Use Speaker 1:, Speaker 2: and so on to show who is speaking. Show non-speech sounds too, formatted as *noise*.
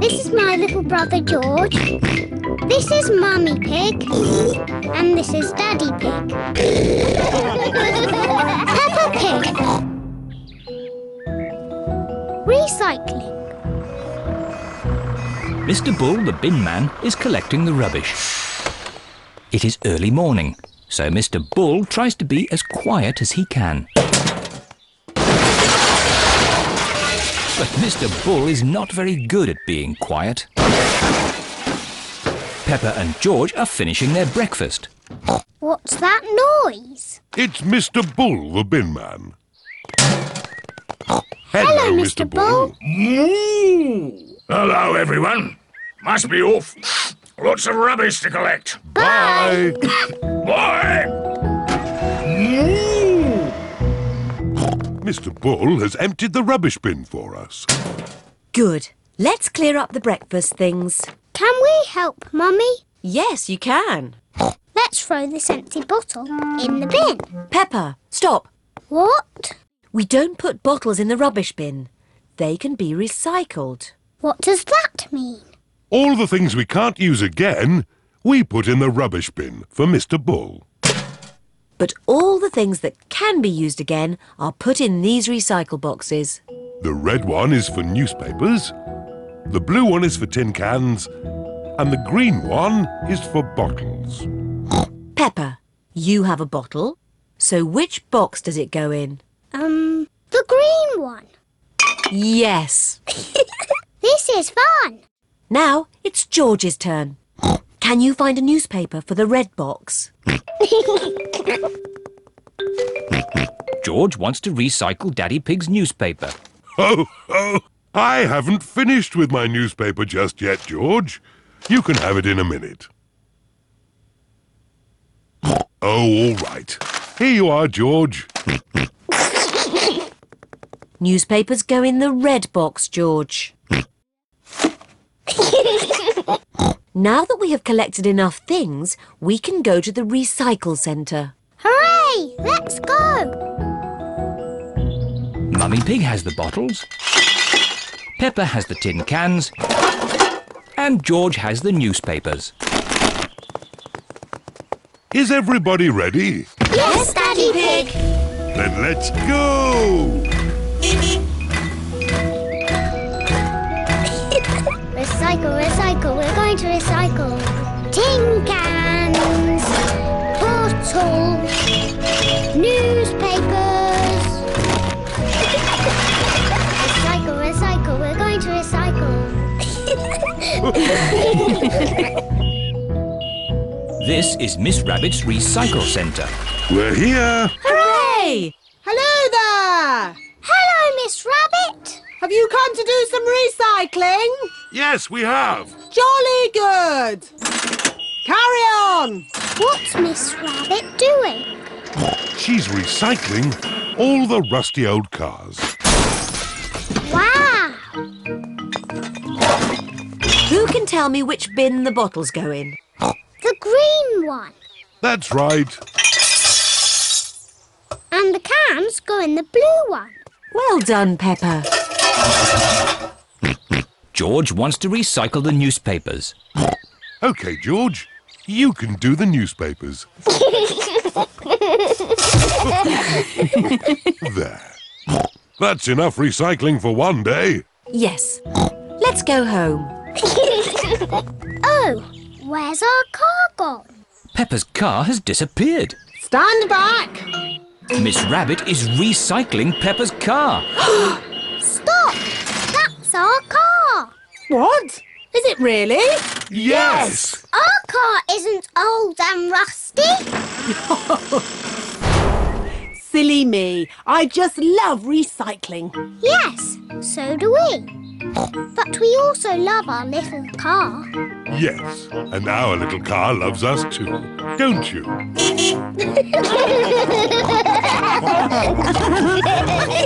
Speaker 1: This is my little brother George. This is Mummy Pig. And this is Daddy Pig. *laughs* Peppa Pig. Recycling.
Speaker 2: Mr. Bull, the bin man, is collecting the rubbish. It is early morning, so Mr. Bull tries to be as quiet as he can. But Mr. Bull is not very good at being quiet. Pepper and George are finishing their breakfast.
Speaker 1: What's that noise?
Speaker 3: It's Mr. Bull, the bin man. Hello,
Speaker 1: Mr. Bull.
Speaker 4: Hello, everyone. Must be off. Lots of rubbish to collect.
Speaker 3: Bye.
Speaker 4: *laughs* Bye!
Speaker 3: Mr. Bull has emptied the rubbish bin for us.
Speaker 5: Good. Let's clear up the breakfast things.
Speaker 1: Can we help Mummy?
Speaker 5: Yes, you can.
Speaker 1: Let's throw this empty bottle in the bin.
Speaker 5: Pepper, stop.
Speaker 1: What?
Speaker 5: We don't put bottles in the rubbish bin. They can be recycled.
Speaker 1: What does that mean?
Speaker 3: All the things we can't use again, we put in the rubbish bin for Mr. Bull.
Speaker 5: But all the things that can be used again are put in these recycle boxes.
Speaker 3: The red one is for newspapers, the blue one is for tin cans, and the green one is for bottles. *laughs*
Speaker 5: Pepper, you have a bottle. So which box does it go in?
Speaker 1: Um, the green one. *laughs*
Speaker 5: Yes.
Speaker 1: This is fun.
Speaker 5: Now it's George's turn. Can you find a newspaper for the red box?
Speaker 2: George wants to recycle Daddy Pig's newspaper.
Speaker 3: Ho, ho! I haven't finished with my newspaper just yet, George. You can have it in a minute. *laughs* Oh, all right. Here you are, George.
Speaker 5: Newspapers go in the red box, George. now that we have collected enough things, we can go to the recycle centre.
Speaker 1: Hooray! Let's go.
Speaker 2: Mummy Pig has the bottles, Pepper has the tin cans, and George has the newspapers.
Speaker 3: Is everybody ready?
Speaker 1: Yes, Daddy Pig.
Speaker 3: Then let's go!
Speaker 1: Recycle, recycle. We're going to recycle tin cans, bottles, newspapers. recycle, recycle. We're going to recycle.
Speaker 2: This is Miss Rabbit's Recycle Centre.
Speaker 3: We're here!
Speaker 6: Hey! Hello there!
Speaker 1: *laughs* Hello, Miss Rabbit.
Speaker 6: Have you come to do some recycling?
Speaker 3: Yes, we have!
Speaker 6: Jolly good! Carry on!
Speaker 1: What's Miss Rabbit doing?
Speaker 3: She's recycling all the rusty old cars.
Speaker 1: Wow.
Speaker 5: Who can tell me which bin the bottles go in?
Speaker 1: The green one.
Speaker 3: That's right.
Speaker 1: And the cans go in the blue one.
Speaker 6: *laughs*
Speaker 5: Well done, Pepper.
Speaker 2: George wants to recycle the newspapers.
Speaker 3: Okay, George, you can do the newspapers. there. That's enough recycling for one day.
Speaker 5: Yes. Let's go home.
Speaker 1: Oh, where's our car gone?
Speaker 2: Pepper's car has disappeared.
Speaker 6: Stand back!
Speaker 2: Miss Rabbit is recycling Pepper's car.
Speaker 1: Stop! That's our car!
Speaker 6: What? Is it really?
Speaker 3: Yes!
Speaker 1: Our car isn't old and rusty.
Speaker 6: Silly me. I just love recycling.
Speaker 1: Yes, so do we. But we also love our little car.
Speaker 3: Yes. And our little car loves us too, don't you?
Speaker 1: Peppa *laughs*